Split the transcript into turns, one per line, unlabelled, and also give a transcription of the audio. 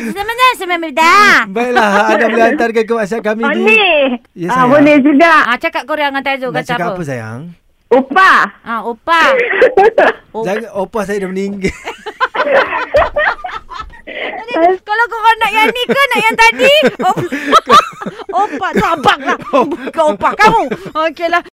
Sebenarnya sebenarnya beda.
Baiklah, anda boleh hantarkan ke WhatsApp kami di...
Boleh.
Ya,
ah,
sayang.
boleh juga.
Ah, cakap Korea dengan Tajuk
Nak
kata
cakap apa,
apa?
sayang?
Upah.
Ah, opa. Oh.
Jangan, opah saya dah meninggal.
Kalau korang nak yang ni ke nak yang tadi? Opa, opa tabaklah. Bukan opa lah. kamu. Okeylah.